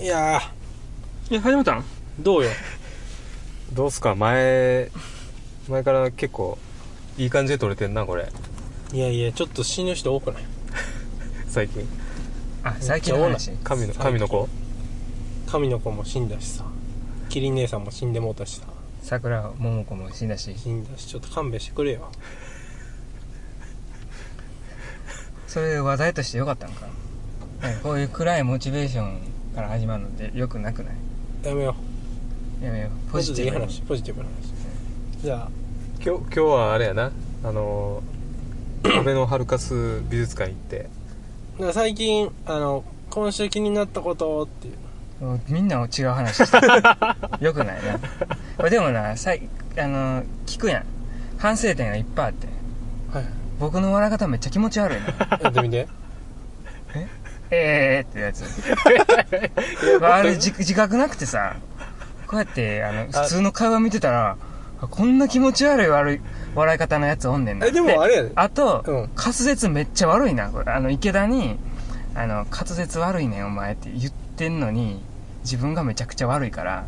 いやえ始まったんーどうよどうすか前前から結構いい感じで撮れてんなこれいやいやちょっと死ぬ人多くない最近あ最近の話神の神の子神の子も死んだしさキリン姉さんも死んでもうたしささくらももこも死んだし死んだしちょっと勘弁してくれよそれ話題としてよかったんかななんかこういう暗いモチベーションから始まるのってよくなくないやめよやめよううポジティブもにうちょっといい話ポジティブな話じゃあ今日今日はあれやなあの ー壁のハルカス美術館行ってだから最近あの今週気になったことっていうおみんな違う話してるよくないなこれでもなさいあの聞くやん反省点がいっぱいあってはい僕の笑い方めっちゃ気持ち悪いなやってみ てええーってやつ あれ自自覚なくてさこうやってあの普通の会話見てたらあこんな気持ち悪い悪い笑い方のやつおんねんなえでもあれやであと、うん滑舌めっちゃ悪いな。これあの、池田に、あの、滑舌悪いねん、お前って言ってんのに、自分がめちゃくちゃ悪いから、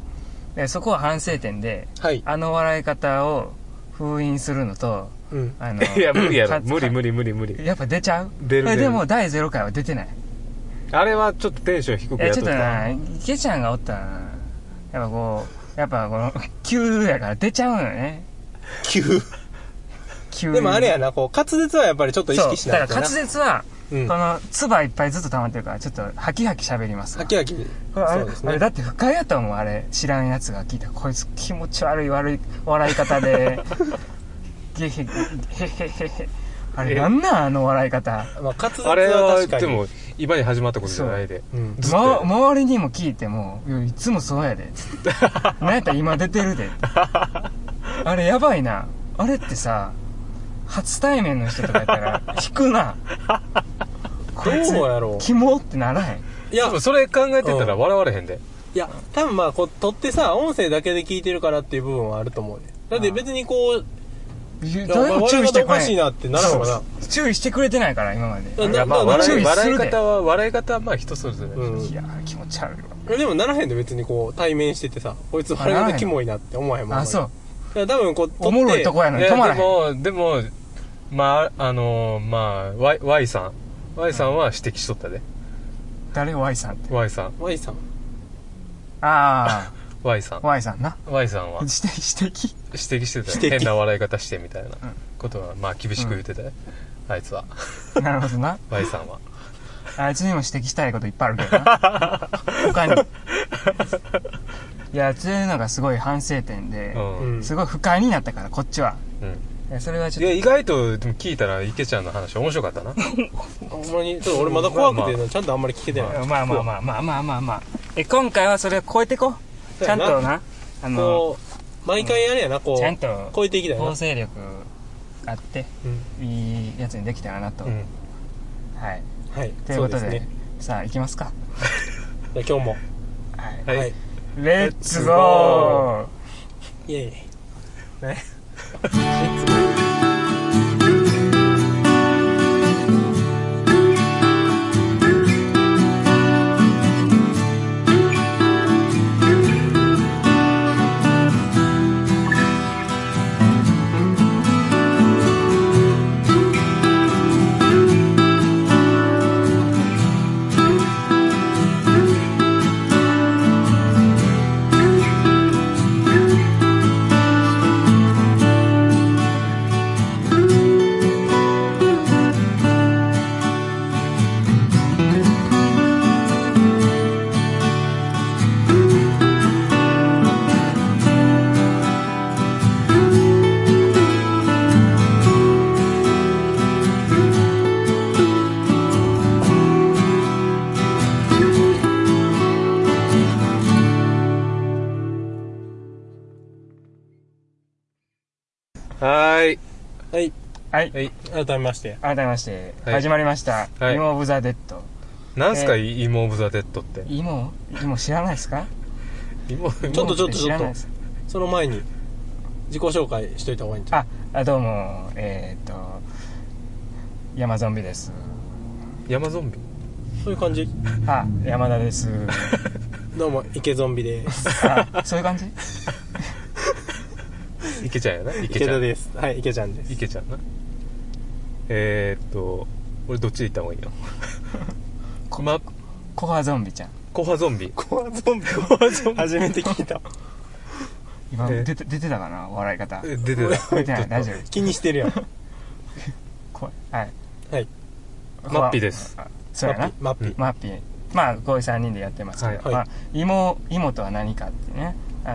でそこは反省点で、はいあの笑い方を封印するのと、うんあの 、いや無理やかろ無理無理無理無理やっぱ出ちゃう出る出るでも、第0回は出てない。あれはちょっとテンション低いくやや、っちとょっっとな、た池ちゃんがおったらな、やっぱこう、やっぱこの、急やから出ちゃうのよね。急急にでもあれやなこう滑舌はやっぱりちょっと意識しそうないだとかなら滑舌は、うんこの、唾いっぱいずっと溜まってるから、ちょっと、ハキハキ喋りますわはきはきこれあれ、そうですあねれだって不快やと思う、あれ。知らんやつが聞いた。こいつ気持ち悪い悪い笑い方 で。ゲヘ、ゲヘヘヘヘ。あれ、えなんなんあの笑い方。まあ滑舌あれはは確かにでも今に始まったことじゃないでうんずっとま、周りにも聞いても、いやいつもそうや で。なんやったら今出てるで。あれやばいな。あれってさ、初対面の人とかやったら、引くな。どうやろうキモってならへん。いやでもそれ考えてたらう笑われへんでいや、多分まあ、こう、撮ってさ、音声だけで聞いてるからっていう部分はあると思うね。だって別にこう、誰も注意してくれお前笑い方おかしいなってならんわなそう注意してくれてないから、今まで。ないやまなあな笑注い意す笑いるで方は笑い方はまあ人それぞれうんいやー気持ち悪いわでもならへんで別にこう、対面しててさ、こいつあなら腹へんがキモいなって思わへんもん。あそうう。多分こう、撮っておもろいとこやのいにや止まらへでんもでもまああのーまあ Y, y さん Y さんは指摘しとったで、誰 Y さんって Y さん Y さん。あ Y さんあ Y さ んな Y さんは指摘指摘指摘してたよ指摘変な笑い方してみたいなことはまあ厳しく言ってたよ、あいつはなるほどな Y さんはあいつにも指摘したいこといっぱいあるけどな 他にいやそういうのがすごい反省点でう、、うんうんん。すごい不快になったからこっちはいやそれはちいょやっ意外とでも聞いたら池ちゃんの話面白かったなほんまに、ちょっと俺まだ怖くてな、ちゃんとあんまり聞けてない。とまあまあまあまあまあまあまあえ今回はそれを超えてこそうちうやゃんなとなあのこう、毎回あれやな、こちゃんう、と超えていきたいな構。成力あってうんいいやつにできたらなと、うんはいはい。ということそでうですね。さあ行きますかじゃあ今日も。はいはい、はい。レッツゴーイェイ。はーいはい。はいはい改めまして。改めまして、はい始まりました「はいイモ・オブ・ザ・デッドなんすか、えイモ・オブ・ザ・デッドって」イモイモ知らないですかイモちょっとちょっとイモてち知ょっらないとで、すその前に、自己紹介しといた方がいいんちゃああどうもえー、っと山ゾンビです山ゾンビうそういう感じあ山田ですどうも、池ゾンビです。あそういう 感じいけちゃうよな。いけ池ちゃ田う。です。はい、池ちゃんです。いけちゃうな。えー、っと、俺どっちで行った方がい いのこま、コハゾンビちゃんコハゾンビ。コアゾンビコアゾンビ初めて聞いた。今え出て出てたかな笑い方え出て出てないた。大丈気にしてるやん。夫怖いはいはい。マッピーですあそうやなマッピー。マッピーまあこういう3人でやってますけど、はいまはあい、芋芋とは何かってねあ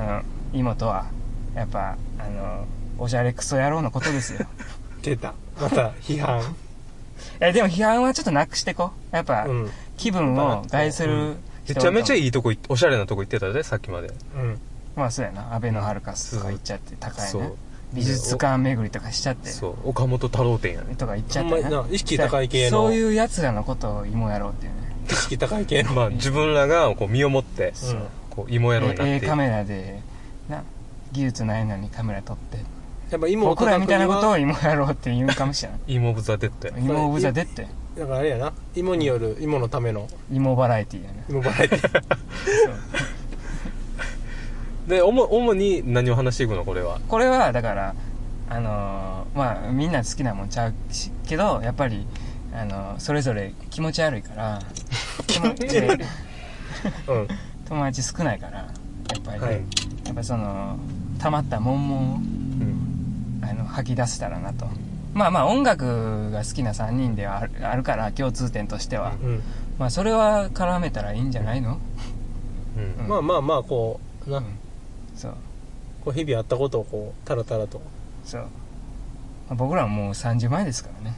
の芋とはやっぱあのおじゃれクソ野郎のこ とですよ出た。また、批判。えでも批判はちょっとなくしてこうやっぱ、うん。気分を害すうるめ人ちゃめちゃいいいとこ行っ、おしゃれなとこ行ってたで、さっきまで。うん。まあそうやなアベノハルカスとか行っちゃって高いそねう。美術館巡りとかしちゃってそう。岡本太郎店やね。とか行っほちゃっんてまねにな、意識高い系の。そういうやつらのことを芋野郎っていうね意識高い系の。まあ自分らがこう身をもって、そうこう芋野郎になっええていカく。メラでな技術ないのにカメラ撮ってやっぱ今僕らみたいなことを芋野郎って言うかもしれない芋オブザ・デッドやね。芋オブザデッドやだからあれやな芋による芋のための芋バラエティーやね芋バラエテ ィで、主主に何を話していくの、これは。これはだからあのーまあみんな好きなもんちゃうしけどやっぱりあのーそれぞれ気持ち悪いから 気持ち悪いうん友達少ないからやっぱり、はいやっぱその溜まった悶々をうん。あの吐き出せたらなとまあまあ音楽が好きな3人ではあるあるから共通点としては、うんまあそれは絡めたらいいんじゃないのうん。まあまあまあこうなそうこう日々あったことをこうタラタラとそう、まあ僕らはもう30前ですからね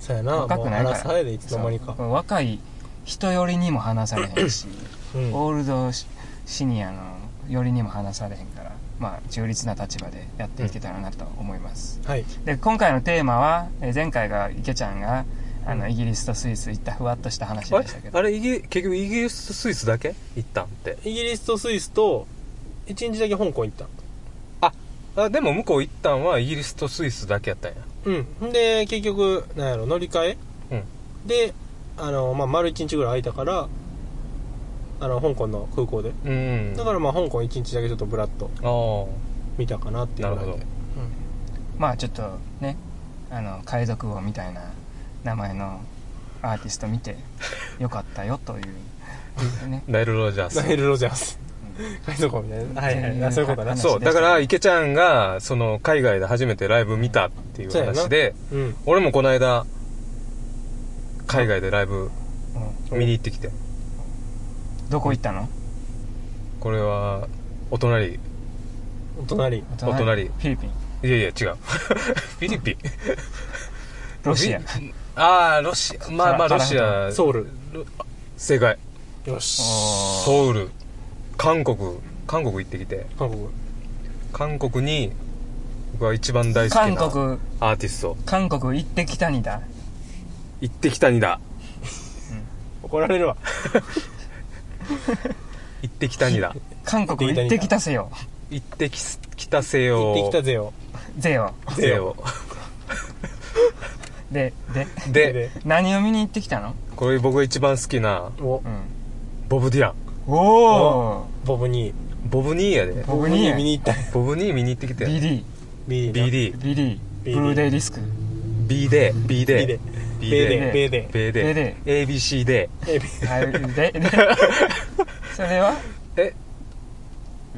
そうやな若くもうないから荒さやでいつの間にかそう若い人よりにも話されへんしうんオールドシシニアのよりにも話されへんからまあ中立な立場でやっていけたらなと思います、はいで今回のテーマはえー前回が池ちゃんがあの、うんイギリスとスイス行ったふわっとした話あでれしたけどあれイギリ結局イギリスとスイスだけ行ったんってイギリスとスイスと一日だけ香港行ったあでも向こう行ったんはイギリスとスイスだけやったんやうんほんで結局なんやろ乗り換うえんであのまあ丸一日ぐらい空いたからあの香港の空港でうんだあからまあ香港一日だけちょっとブラッとあー見たかなっていなうるぐらいほでどまあちょっとねあの海賊王みたいな名前のアーティスト見てよかったよとい う、ね、ナイル・ロジャーナイスル・ロジャース海賊王みたいなはいはいあそういうことだな話そうでしただから池ちゃんがその海外で初めてライブ見たっていうそうやな話でうん俺もこの間海外でライブうん見に行ってきてどこ行ったのこれはお隣いお隣おお隣フィリピンやいや違う フィリピンロシアフィリああロシアまあまあカラロシアソウル正解よしおーソウル韓国韓国行ってきて韓国韓国に僕は一番大好き韓な国アーティスト韓国行ってきたにだ行ってきたにだ怒られるわ行ってきたにだ韓国行ってきたせよ行ってきすきたせ行よってきたぜよぜよぜせよよででで何を見に行ってきたの、これ僕が一番好きなおうん、ボブ・ディランおおボブにボブ・ニーやでボブニ見ーに行ったんやボブ・ニー見に行ってきて BD BD BD ビリーブルーデイディスク B で B B ででで B B で B で ABC で AB は いででそれはえ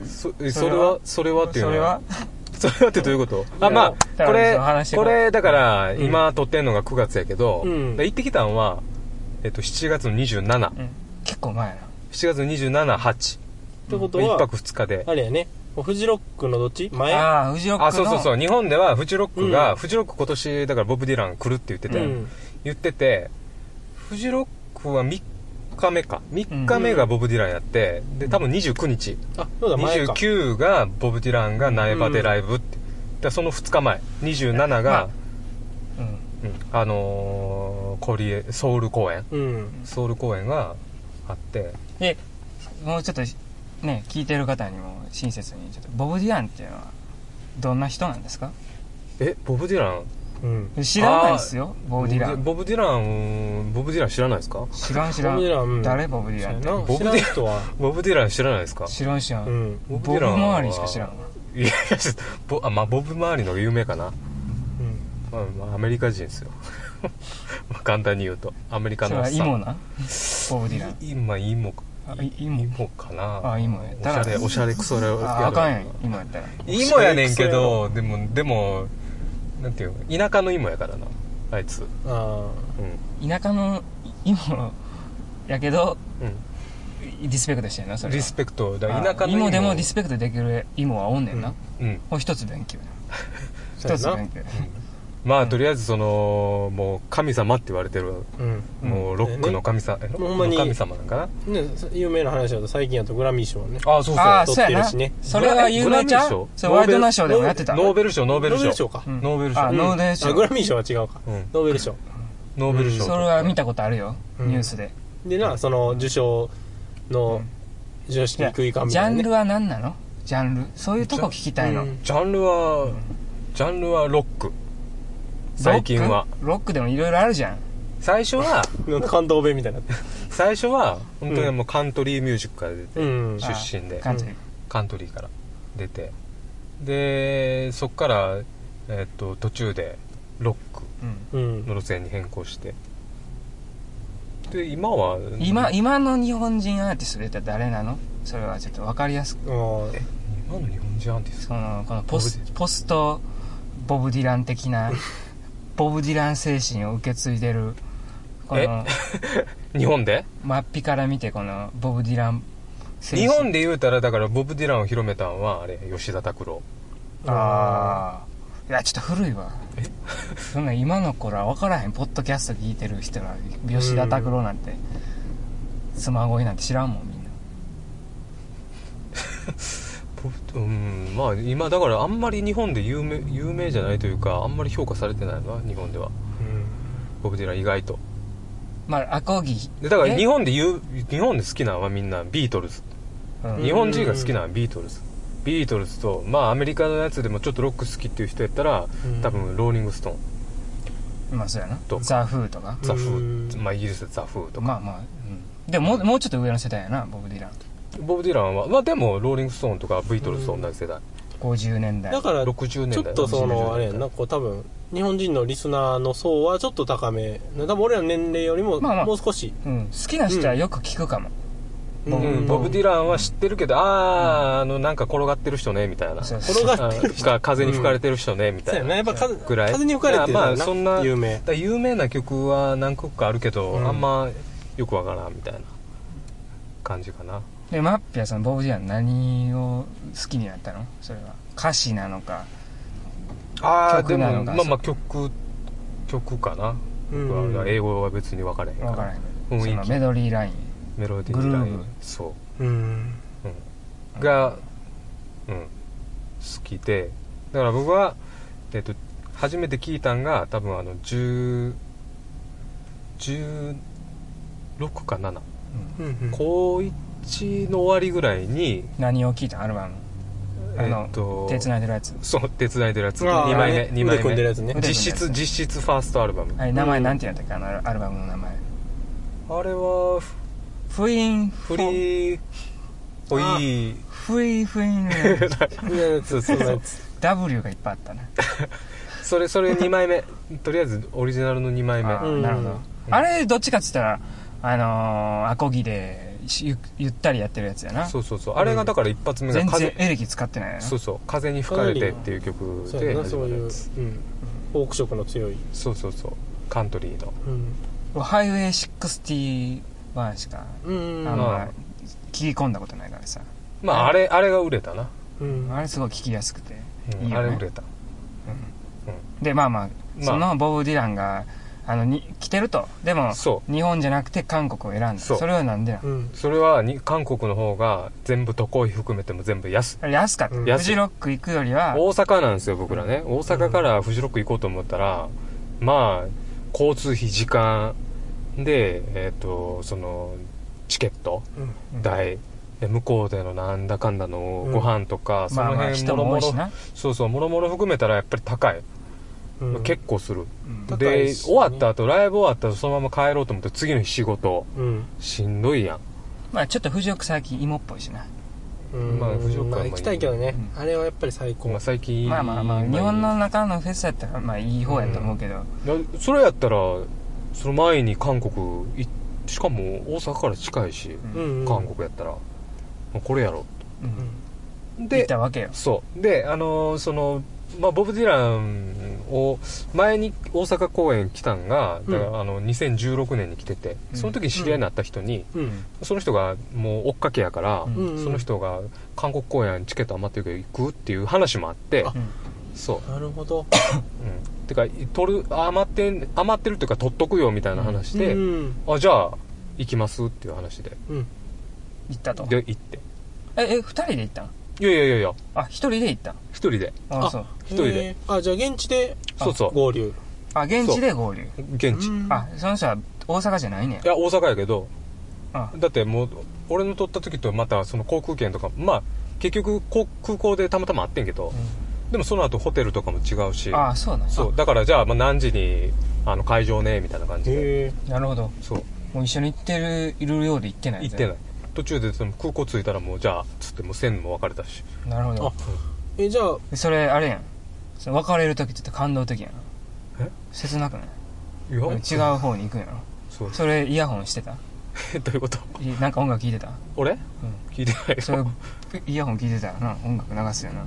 そえそそれれははそれはっていうそのれはそれはってどういうことやあまあだからそこれの話してここうれだからん今撮ってんのが9月やけど、うんで行ってきたんは、えっと、7月の277うん結構前やな月のっ278てこと1は泊2日であれやねフジロックのどっち前ああフジロックのあそうそうそう日本ではフジロックが、うんフジロック今年だからボブ・ディラン来るって言ってうて、ん言っててフジロックは3日目か3日目がボブ・ディランやって、で多分29日あそうだ前か29がボブ・ディランが苗場でライブって、でその2日前27まがあ、うんうんあのーコリエソウル公演うんソウル公演があってでもうちょっとね聞いてる方にも親切にちょっとボブ・ディランっていうのはどんな人なんですかえボブ・ディランうん。知らないっすよボブ・ディランボブディランボブディラン知らないですか知らん知らんボブディランうん誰ボブ・ディ知ラらんンっなボブ知らん人は。ボブディラン知らないですかて知らん知らん、うん。ボボブブディランは周りしか知らんわいやいやボあまあボブ周りの有名かな、うん。まあまあ、アメリカ人ですよ まあ簡単に言うとアメリカそれのはイモ今なボブ・ディラン今イモあいイモイモかなあイモやっおしたゃられおしゃれクソやああかんやんイモやったらイモやねんけどでもでもなんていうの田舎のイモやからなあいつあう田舎のイモやけどん、リスペクトしてんなうそん、れリはスペクトだあ田舎のイモでもリスペクトできるイモはおんねんな、うんうんもう一つ勉強やそうや一なつ勉強やまあとりあえずそのもう神様って言われてる、あ。うん。うんもうロックの神様、えほんまにの神様なんかなね、有名な話だと最近やとグラミー賞ね。ああそうそうああ撮そうってやるなしねそれは有名ちゃグラミー賞うそれワイドナショーでもやってたノーベル賞ノーベル賞ノーベル賞かうんノーベル賞あノーベル賞あグラミー賞は違うか。うんノーベル賞。ノーベル賞それは見たことあるよ、うんニュースででな、その受賞の授賞式いにや食いかみジたャいな、ンね。ルは何なのジャンルそういうとこ聞きたいの、うんジャンルはジャンルはロック最近はロックロックでもいろいろあるじゃん最初 はなんか関東弁みたいになって最初は本当にもうカントリーミュージックから出て、る。うん。出身であカントリーカントリーから出てでそっから、えっと途中でロックうんうん。の路線に変更してで今は今今の日本人アーティストで言ったら誰なのそれはちょっと分かりやすくあー今の日本人アーティスそのこのポスボブディポストボブ・ディラン的 なボブ・ディラン精神を受け継いでるこのト日本で真っぴから見てこのボブ・ディラン精日神本で言うたらだからボブ・ディランを広めたんはあれ吉田拓郎ああいやちょっと古いわ そんな今の頃は分からへんポッドキャスト聞いてる人ら吉田拓郎なんて妻恋なんて知らんもんみんなポッうんまあ今だからあんまり日本で有名有名じゃないというかあんまり評価されてないな日本ではボブ・ディラン意外とまあアコギでだからえ日本で言う日本で好きなのはみんなビートルズうん日本人が好きなのはビートルズビートルズとまあアメリカのやつでもちょっとロック好きっていう人やったらうん多分ローリングストーンまあそうやなとザ・フーとかザ・フーうんまあイギリスでザ・フーとかまあまあ、うん、でももうもうちょっと上の世代やなボブ・ディランボブ・ディランはまあでもローリングストーンとかビートルズと同じ世代50年代だから、ち60年ょ代っとその、あれやんなな、こう多分、日本人のリスナーの層はちょっと高め。多分俺らの年齢よりも、まあまあもう少し。うん、好きな人はよく聞くかも、まあうんうんボブ・ディランは知ってるけどあああのなんか転がってる人ねみたいなそうそう転があか風に吹かれてる人ねみそうたやいな、なやっぱ風ぐらい風に吹かれてるまからあそんな有名だ。から有名な曲は何曲かあるけど、うんあんまよくわからんみたいな感じかなでマッピはそのボブ・ディラン何を好きになったのそれは歌詞なのかあーで曲なのもかまあまあ曲曲かな、うん僕は英語は別に分からへんか分らからへんけど雰そ囲の気メドリーラインメロディーライグルーンヴそうん。う、うん、が、うん、好きでだから僕は、えっと初めて聞いたんが多分あの10 16か7うん高1の終わりぐらいに、何を聞いたアルバムあのえっと手繋いでるやつそう手伝いでるやつあー2枚目ね二枚腕組んでる目やつね。実質実質ファーストアルバムあれ名前なんて言うんだったっけあのアルバムの名前あれはフフインフリーおいフイフイン レインそうそうそう。 W がいっぱいあったねそれそれ2枚目とりあえずオリジナルの2枚目あーうんなるほどうんあれどっちかっつったらあのーアコギでしゆゆったりやってるやつやなそうそうそうあれがだから一発目が全然風エレキ使ってないよなそうそう風に吹かれてっていう曲そうでやな、始そまうるいやうつ、うん。フォーク色の強い。そうそうそうカントリーのうん。ハイウェイ61しかうん。あんまあま聞き込んだことないからさまああれあれが売れたな、うんあれすごい聞きやすくてうんいいあよれね売れたでまあまああそのボブ・ディランがあのに来てるとでもそ日本じゃなくて韓国を選んだそうそれはなんでなのうん。それはに韓国の方が全部渡航費含めても全部安いあれ安かったうんフジロック行くよりは大阪なんですよ僕らね大阪からフジロック行こうと思ったら、まあ交通費時間でえっ、とそのチケットうん代で向こうでのなんだかんだのご飯とか、そまあのまあ辺人もも多ろいしもろなそうそうもろもろ含めたらやっぱり高いうんまあ結構すうる、ん高いでし終わった後ライブ終わった後そのまま帰ろうと思って次の日仕事うんしんどいやんまあちょっと藤岡最近芋っぽいしなうんまあ藤岡はまあ行きたいけどねうあれはやっぱり最高まあ最近まあまあまあ日本の中のフェスやったらまあいい方やと思うけど、なそれやったらその前に韓国いしかも大阪から近いし、ううんんうん韓国やったら、まあこれやろううんん行っでたわけよそうであのーその、まあ、ボブ・ディランを前に大阪公演来たんがだから、うんあの2016年に来ててうんその時に知り合いになった人に、うんその人がもう追っかけやから、うんうんその人が韓国公演チケット余ってるけど行くっていう話もあってあそうなるほどうん、てか取る余ってん余ってるっていうか取っとくよみたいな話で、うんあじゃあ行きますっていう話でうん行ったとで行ってええ二人で行ったんいやいやいやいやあ一人で行ったん一人でああそう一人でえーあじゃあ現地でそうそう合流あ現地で合流現地、いうんあその人は大阪じゃないねやや大阪やけどあだってもう俺の取った時とまたその航空券とかまあ結局こ空港でたまたまあってんけど、でもその後ホテルとかも違うしあそうなんそうだからじゃあまあ何時にあの会場ねみたいな感じでへえなるほどそうもう一緒に行ってるいるようで行ってない行ってないい途中でその空港着いたらもうじゃあつってもう線も別れたしなるほどえじゃあでそれあれやんそれ別れる時って言って感動的やんえ切なくないいや違う方に行くんやろそう それイヤホンしてたえどういうこといなんか音楽聴いてた俺、聞いてない それよイヤホン聴いてたらな音楽流すよな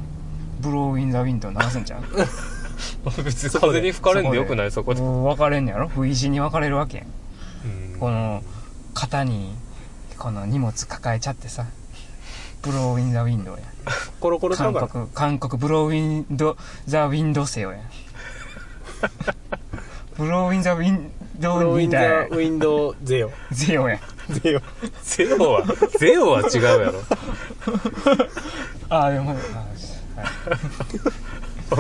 ブローインザウィンドウ流すんちゃう別にそこで風に吹かれんでよくない そこでもう分かれんのやろ不意地に分かれるわけやんうんこの肩にこの荷物抱えちゃってさブローウィン・ザ・ウィンドウやコロコロさ韓んが国韓国ブローウィンドザ・ウィンドセオや ブローウィン・ザ・ウィンブドロウーイみンザたいウィンドウゼヨゼオやゼヨ ゼロはゼロは違うやろああでもあーは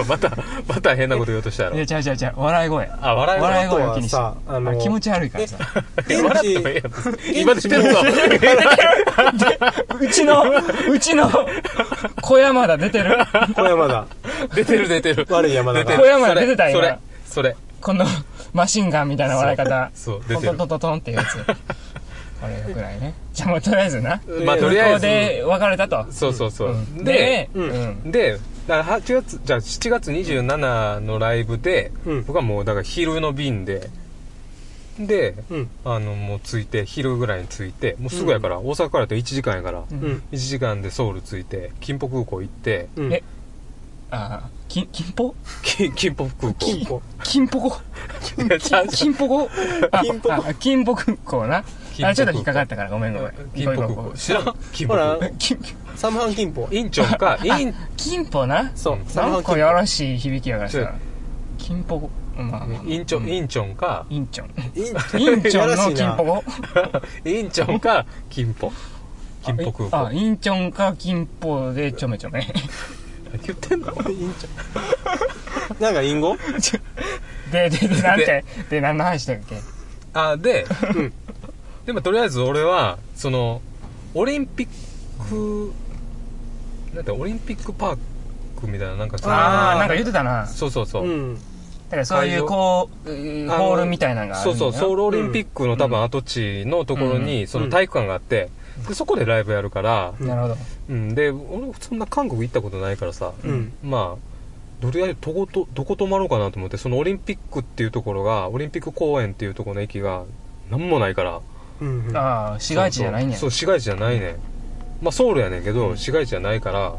またまた変なこと言おうとしたやいいろやちゃうちゃうちゃう笑い声あ笑い笑いあと声をは気にしてさあのあ気持ち悪いからさ現笑って もえ地えやん今でしてるぞうちの うちの小山田出てる小山だ出てる出てる悪い山田出てがる小山田出てたそれ今それこのマシンガンみたいな笑い方そう出トンてトンるトントントンっていうやつこれぐらいねじゃあもうとりあえずなれまあとりあ向こえうずで別れたとそうそうそう、うんででうんうんでだから8月じゃあ7月27のライブで、うん僕はもうだから昼の便ででうんあのもう着いて昼ぐらいに着いてもうすぐやから、大阪からやって1時間やから、ううんん1時間でソウル着いて金浦空港行ってうんえあーき金ポき金浦空港金庫金ポコいやちゃんと金ポコあ金ポコあ金ポ空港な金ポあ空ちょっと港引っかかったからごめんごめん金浦ご空めんごめん港知らん金ほ浦ら空港金サムハン金庫インチョン かイン金ポなそううんサムなハんンか金よろしい響きやからちょさ金ポコまあまあインチョンインチョンかイン チョン庫インチョンの金ポコインチョンか金浦金浦空あ港インチョンか金ポでちょめちょ め言ってんのなんか隠語で、で、で、なんて、で、何の話したっけあでうんでもとりあえず俺はそのオリンピックなんてオリンピックパークみたいななんかそのああーあ、なんか言ってたな。だそうそうそう、うんからそういう、こう、うあのホールみたいなのがあるそんうだそよなうソウルオリンピックの多分跡地のところうんにその体育館があって、でそこでライブやるから、うなるほど。うん、で俺そんな韓国行ったことないからさ、うんまあとりあえずどことどこ泊まろうかなと思ってそのオリンピックっていうところがオリンピック公園っていうところの駅が何もないからうんうんああ、市街地じゃないんやそうそう市街地じゃないねん、まあソウルやねんけど、市街地じゃないから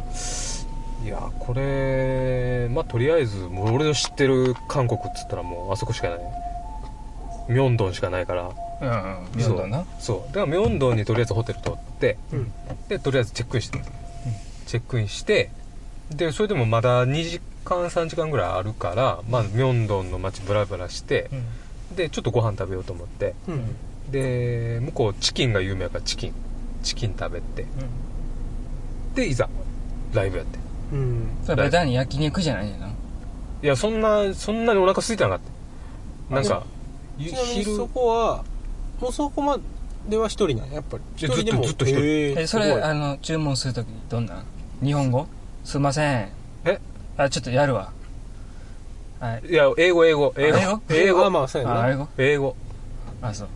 いやこれまあとりあえずもう俺の知ってる韓国っつったらもうあそこしかないミョンドンしかないからうんうん。妙だな。そうだから明洞にとりあえずホテル取って、うんでとりあえずチェックインして、チェックインしてでそれでもまだ2時間3時間ぐらいあるからまあ明洞の街ブラブラしてうんでちょっとご飯食べようと思ってうんで向こうチキンが有名やからチキンチキン食べてうんでいざライブやってうんそれベタに焼肉じゃないんやな。いやそんなそんなにお腹空いてなかったなんかゆちなみに昼そこはもうそこまでは一人なんややっぱりず一っと人でもずっと一人へーえ、そすれ、ごいあの、注文するとき、どんな日本語すいません。えあ、ちょっとやるわ。あいや英語英語英語あ英英語は語まあそうやあな英語英語あそう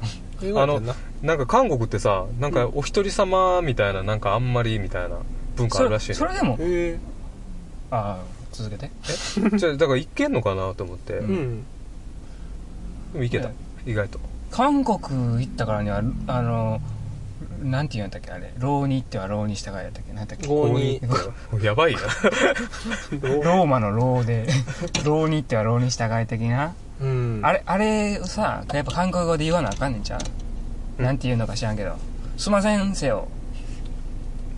英語やったななんか韓国ってさなんかお一人様みたいななんかあんまりみたいな文化あそるれらしいねそれでもへああ続けてじゃあだからいけんのかなと思って、えううんんでもいけたね意外と 韓国行ったからにはあのなんて言うんだっけあれ浪人っては浪人したからやったっけなんだっけ浪人やばいなどう ローマの浪で 浪人っては浪人したがい的な、うんあれあれをさやっぱ韓国語で言わなあかんねんちゃう、うんなんて言うのか知らんけどすいませんせよ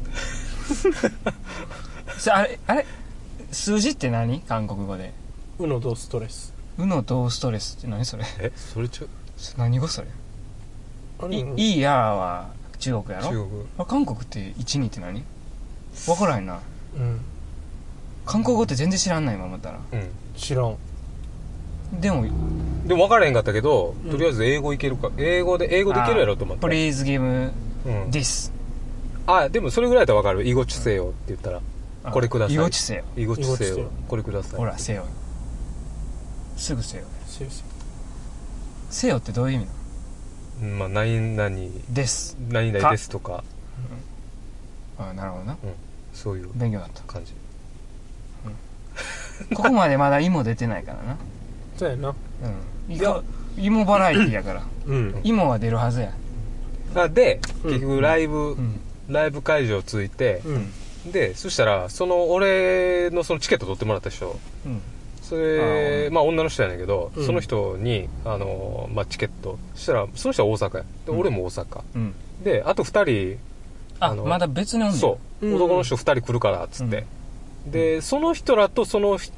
さあれあれ数字って何韓国語でうのとストレス「うのとストレス」って何それえそれちょ何語それあ「いうんいいや」は中国やろ中国あ韓国って12って何分からへんなうん韓国語って全然知らんない今思ったらう知らんでもんでも分からへんかったけど、うんとりあえず英語いけるか英語で英語できるやろと思「って Please give うん、 this あでもそれぐらいだったら分かる「囲碁知せよ」って言ったらあ」これください言おうちせよ「囲碁知囲せ碁知せよよ」これくださいほらせよすぐせよせせせよってどういう意味なのうんまあ何々です何々ですとかあなるほどなそういう勉強だった感じここまでまだ芋出てないからなそうやなうんいいやや芋バラエティやからうん芋は出るはずやあでうん結局ライうブ、んライブ会場着いて、うんでそしたらその俺のそのチケット取ってもらった人うんそれあーまあ女の人やねんけど、うんその人にあの、まあ、チケットそしたらその人は大阪やでうん俺も大阪、うんであと2人ああのまだ別におんねんそう、うん男の人2人来るからっつって、でその人らとそのひ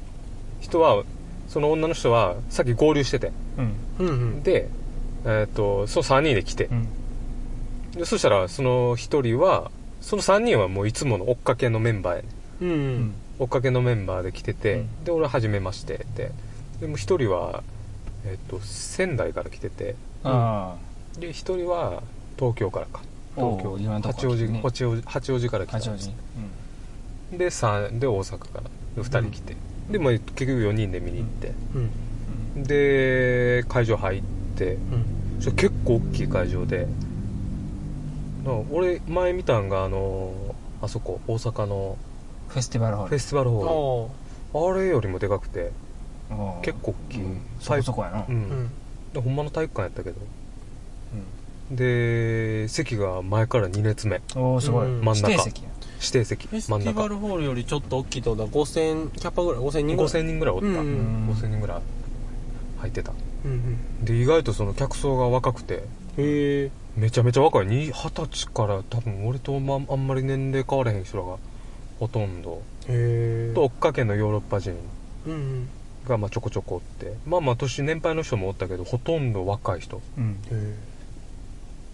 人はその女の人はさっき合流しててうんうんうんで、えー、とその3人で来てう、んでそしたらその1人はその3人はもういつもの追っかけのメンバーやねんうんうん追っかけのメンバーで来てて、うんで俺は初めましてってでも1人は、えー、と仙台から来ててあで1人は東京からかあおう東京今のとこ八王子ね八王子八王子から来た八王子で三で大阪から2人来て、でもう結局4人で見に行って、うんで会場入ってうんそれ結構大きい会場でな俺前見たんがあのあそこ大阪のフェスティバルホーフェルスティバルあホあールあれよりもでかくておう結構大きい、うんそこそこやなう、うんんでほんまの体育館やったけどうんで席が前から2列目おおすごいうん真ん中指定席や指定席フェステ真んィバ中ルホールよりちょっと大きいってことは5000キャパぐらい5000人ぐらい5000人ぐらいおった、うんうん5000人ぐらい入ってたうんうんで意外とその客層が若くてへえめちゃめちゃ若いに二十歳から多分俺とまあんまり年齢変わらへん人らがほとんどへえと追っかけのヨーロッパ人うんうんがまあちょこちょこおってまあまあ年年配の人もおったけどほとんど若い人うんへえ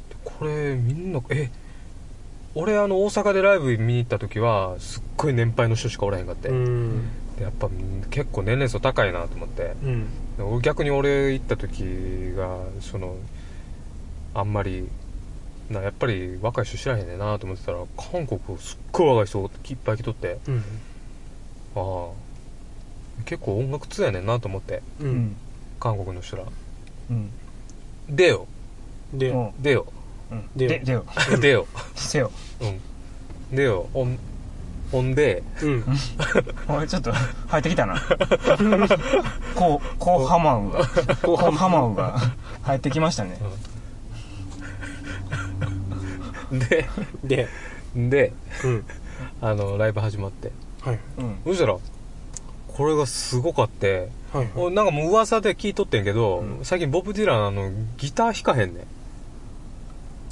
でこれみんなえ俺あの大阪でライブ見に行った時はすっごい年配の人しかおらへんかって、うんでやっぱうん結構年齢層高いなと思ってうんで俺逆に俺行った時がそのあんまりなやっぱり若い人知らへんねんなと思ってたら韓国すっごい若い人いっぱい来とってうんああ結構音楽通やねんなと思ってううんん韓国の人らうん出よでおう出ようんでででよ出よせようん出よほんほんでうんおいちょっと入ってきたなこうこうハマウがここううハマウハマウが入ってきましたねでででうんあのライブ始まってはいうんそしたらこれがすごかってはいおはいなんかもう噂で聞いとってんけど、うん最近ボブ・ディランあのギター弾かへんね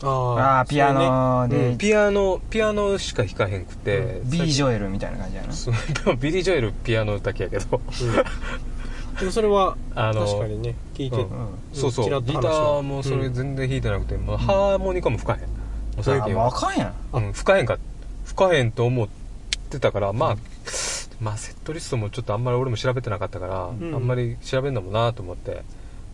あああピアノそうねでんピアノピアノしか弾かへんくうて、B ジョエルみたいな感じやなそうでもビリー・ジョエルピアノだけやけどそうねうんでもそれはあの確かにね聞いてううんたんそうそうちらっとギ話タはーもそれうん全然弾いてなくて、もうハーモニカも吹かへんもう最あ近もうあは、かんやんうん、吹かへんか吹かへんと思ってたからまあ、まあセットリストもちょっとあんまり俺も調べてなかったから、うんあんまり調べるのもなと思って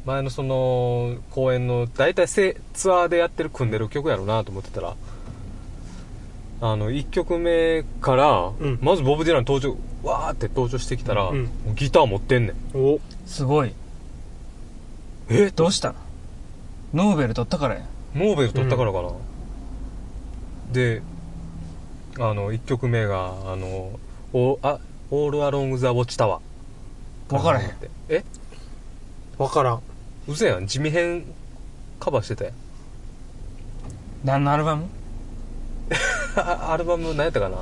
前のその公演の大体せツアーでやってる組んでる曲やろうなと思ってたらあの1曲目から、うんまずボブ・ディラン登場わーって登場してきたら、うんもうギター持ってんねんおすごいえどうしたのノーベル取ったからやモーベル取ったからかな、であの1曲目が「あのオあオール・アロング・ザ・ウォッチ・タワー」分からへんえわからんうそやん地味編カバーしてたやん何のアルバムあアルバム何やったかな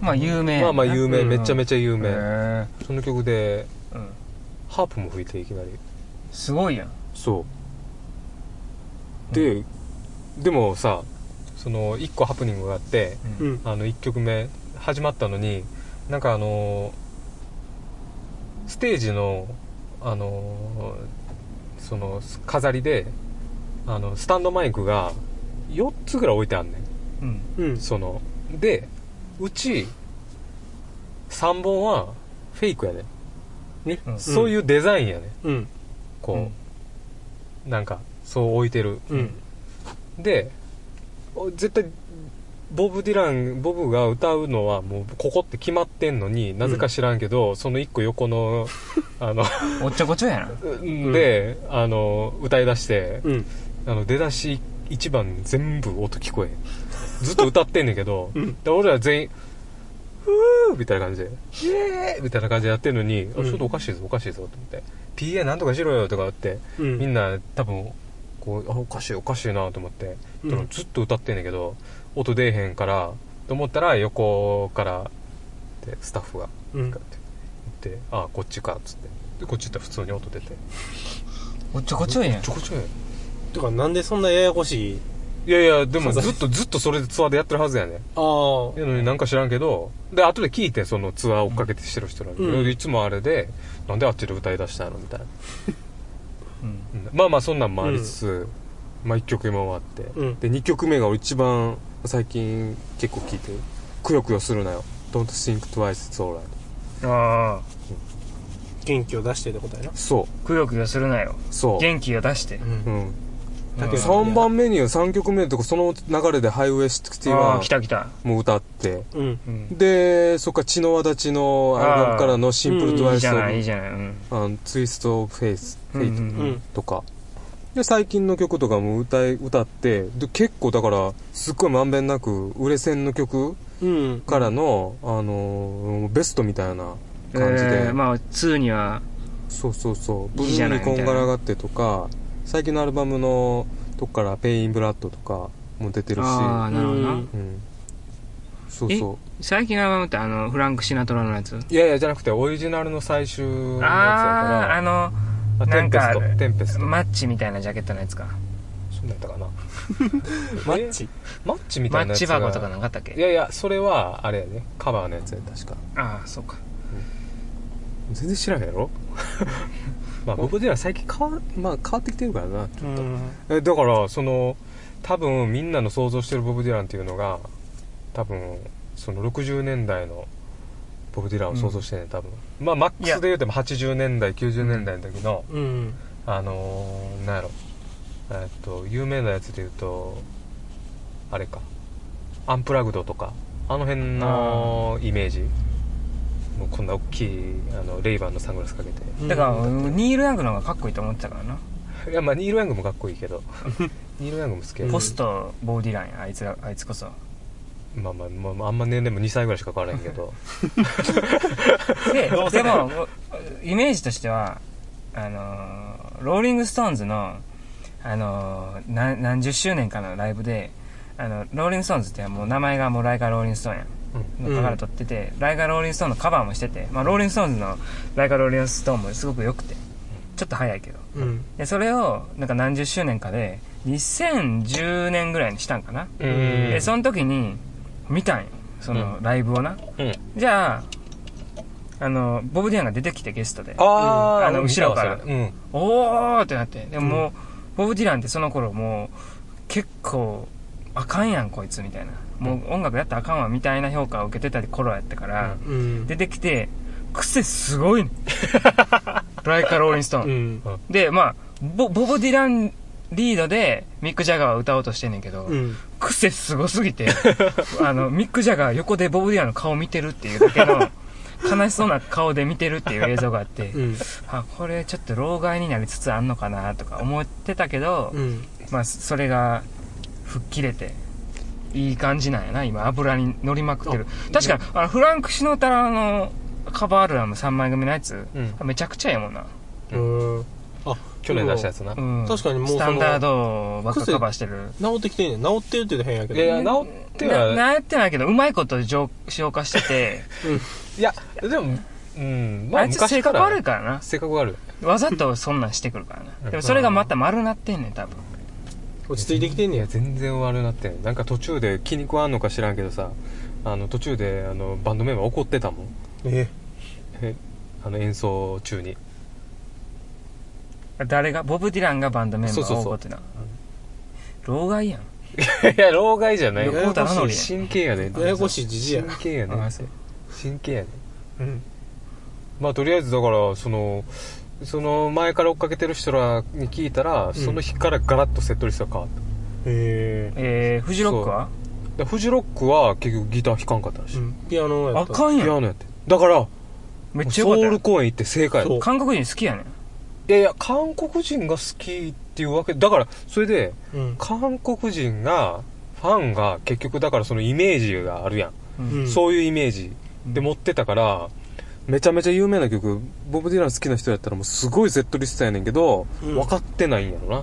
まあ有名やまなあまあ有名めちゃめちちゃ有ゃ名、その曲でうん、ハープも吹いていきなりすごいやんそうで、でもさその1個ハプニングがあってううんんあの1曲目始まったのになんかあのステージのあのその飾りであのスタンドマイクが4つぐらい置いてあんねうんうんんそのでうち3本はフェイクやね、ねうんそういうデザインやねうんこう、なんかそう置いてるうんでお絶対ボブ・ディランボブが歌うのはもうここって決まってんのになぜか知らんけど、その一個横の あのおっちょこちょやなで、あの歌い出して、うんあの出だし一番全部音聞こえんずっと歌ってんねんけど、 うんで俺ら全員「ふー」みたいな感じで「イエーイ!」みたいな感じでやってんのに、あうんちょっとおかしいぞおかしいぞと思って「PA なんとかしろよ」とか言ってうんみんな多分こうあおかしいおかしいなと思って、うんでもずっと歌ってんねんけど音出えへんからと思ったら横からでスタッフがうんガッて言って「あこっちか」っつってでこっち行ったら普通に音出ておっちょこちょやんちょこちょいとかなんでそんなややこしいいやいやでもそうそうずっとずっとそれでツアーでやってるはずやねああなのになんか知らんけどで後で聞いてそのツアー追っかけてしてる人らに、うんいつもあれでなんであっちで歌い出したのみたいな、うんうんまあまあそんなんもありつつ、まあ1曲目終わって、うんで2曲目が俺一番最近結構聴いてる「くよくよするなよ」「Don't think twice it's alright ああ元気を出してってことやな」そくよくよするなようそう元気を出してうんうん、だけど3番目に3曲目のとこその流れで「ハイウェイああ来61た来た」も歌ってうんうんでそっから血の輪立ちのアルバムからの「シンプルトいワいイじスゃオないいいブじゃないうんあのツイスト・オブ・フェイス」うフんうェイトうんんとかで最近の曲とかも歌い歌ってで結構だからすっごいまんべんなく売れ線の曲うんからの、あのーベストみたいなうん感じで、えーまあ2にはそうそうそう「ブルいいじゃーなにいこんがらがって」とか最近のアルバムのとこから「ペイン・ブラッド」とかも出てるし、ああなるほどうなんうん、そうそ最近のアルバムってあのフランク・シナトラのやつういやいやじゃなくてオリジナルの最終のやつやかああらあのあテなンんペかストテンペスト、マッチみたいなジャケットのやつかそうだっ たかなマッチマッチみマたいッなやつチが箱とかなかったっいけやいやそれはあれやねカバーのやつや確かああそうか全然知らんや ろまあ僕では最近変わ,、まあ、変わってきてるからなうんえだからその多分みんなの想像してるボブ・ディランっていうのが多分その60年代のボブ・ディランを想像してんね、ん、多分まあマックスで言うても80年代90年代の時の、うんあのー、なんやろえーっと有名なやつで言うとあれかアンプラグドとかあの辺のイメージもうこんな大きいあのレイバンのサングラスかけてだからうんニール・ヤングの方がかっこいいと思ってたからないやまあニール・ヤングもかっこいいけどニール・ヤングも好きやけどポストボーディランやあいつらあいつこそまあまあ、まあまあ、あんま年齢も2歳ぐらいしか変わらへんけどででもイメージとしてはあのーローリング・ストーンズの、あのーな何十周年かのライブであのローリング・ストーンズってもう名前がもうライガー・ローリング・ストーンやうんのから取ってて、ライガー・ローリング・ストーンのカバーもしてて、まあ、ローリング・ストーンズのライガー・ローリング・ストーンもすごく良くてちょっと早いけどうんでそれをなんか何十周年かで2010年ぐらいにしたんかな、うんでその時に見たんよそのライブをな、うんじゃああのボブ・ディランが出てきてゲストであーあの後ろから見たわそれうんおーってなってでももう、ボブ・ディランってその頃もう結構あかんやんこいつみたいなもう音楽やったらあかんわみたいな評価を受けてた頃やったから、うん出てきて癖すごいねライカ・ローリングストーン、うんでまあボボブ・ディランリードでミック・ジャガーは歌おうとしてんねんけど、うん。癖すごすぎて あのミック・ジャガー横でボブ・ディランの顔見てるっていうだ けの悲しそうな顔で見てるっていう映像があって、うん。あこれちょっと老害になりつつあんのかなとか思ってたけど、うん。まあそれが吹っ切れていい感じなんやな今油に乗りまくってる確かにあのフランク・シノタラのカバーアルバム3枚組のやつ、うんめちゃくちゃええもんな、うん。あ、去年出したやつな、うん、確かにもうそスのタンダードばっかカバーしてる治ってきてんねん。治ってるって言うと変やけいど。やいや治ってなはなやってないけどうまいこと浄消化してていやでもうんまああいつ性昔か格ら悪いからな性格悪いわざとそんなんしてくるからうなんでもそれがまた丸なってんねん多分落ち着いてきてんいねやや。全然悪なってんなんか途中で気に食わんのか知らんけどさあの途中であのバンドメンバー怒ってたもんええあの演奏中に誰がボブ・ディランがバンドメンバーを多ってな老害やんいや、老害じゃないよ。横田直り神経やね。ややこしいじじや神経やねあ。そう神経やね。うん。まあ、とりあえず、だから、その、その前から追っかけてる人らに聞いたら、その日からガラッとセットリストが変わっええー、フジロックはた。でフジロックは結局ギター弾かんかったらしうい。ん。ピアノやあった。かんピやアんノやって。だから、めっちゃよかっソたウやルん公演行って正解やそうい韓国人好きやねんやいや、韓国人が好きっていうわけ、だから、それで、うん。韓国人が、ファンが結局だからそのイメージがあるやん。うんそういうイメージうんで持ってたから、めちゃめちゃ有名な曲、ボブ・ディラン好きな人やったらもうすごいセットリストやねんけど、うん分かってないんやろな。い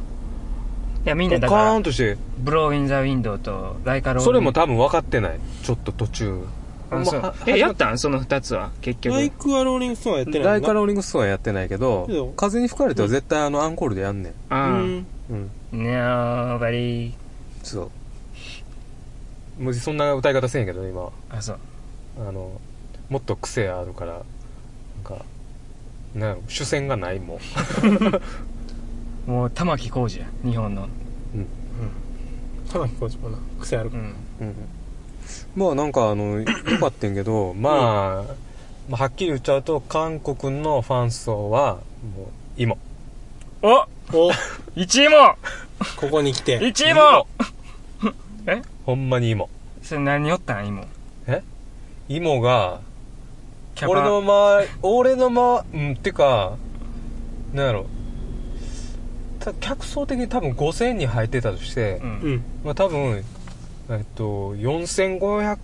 やみんポなだカーかンらとして、ブローインザウィンドウとライカローそれも多分分かってない。ちょっと途中。あまそうはえやったんその2つは結局ライクはローリングストーンはやってないもんなライカ・ローリング・ストーンはやってないけどけど、風に吹かれては絶対あのアンコールでやんねん。あうーん。うん。 Nobody そう。もうそんな歌い方せんやけどね、今。あそうあの、もっと癖あるから、なんか、なんやろ主戦がないもん。もう玉置浩二や日本の玉置浩二もな。癖あるうから。んまあなんかあの よかったんけど、まあ、まあはっきり言っちゃうと韓国のファン層はもう今おお、 1位も ここに来て。 1位もほんまに今それ何おったん今今がキャ俺バの周り俺のまうんってかなんやろた客層的に多分5000に入ってたとして、うんうん。まあ多分えっと4500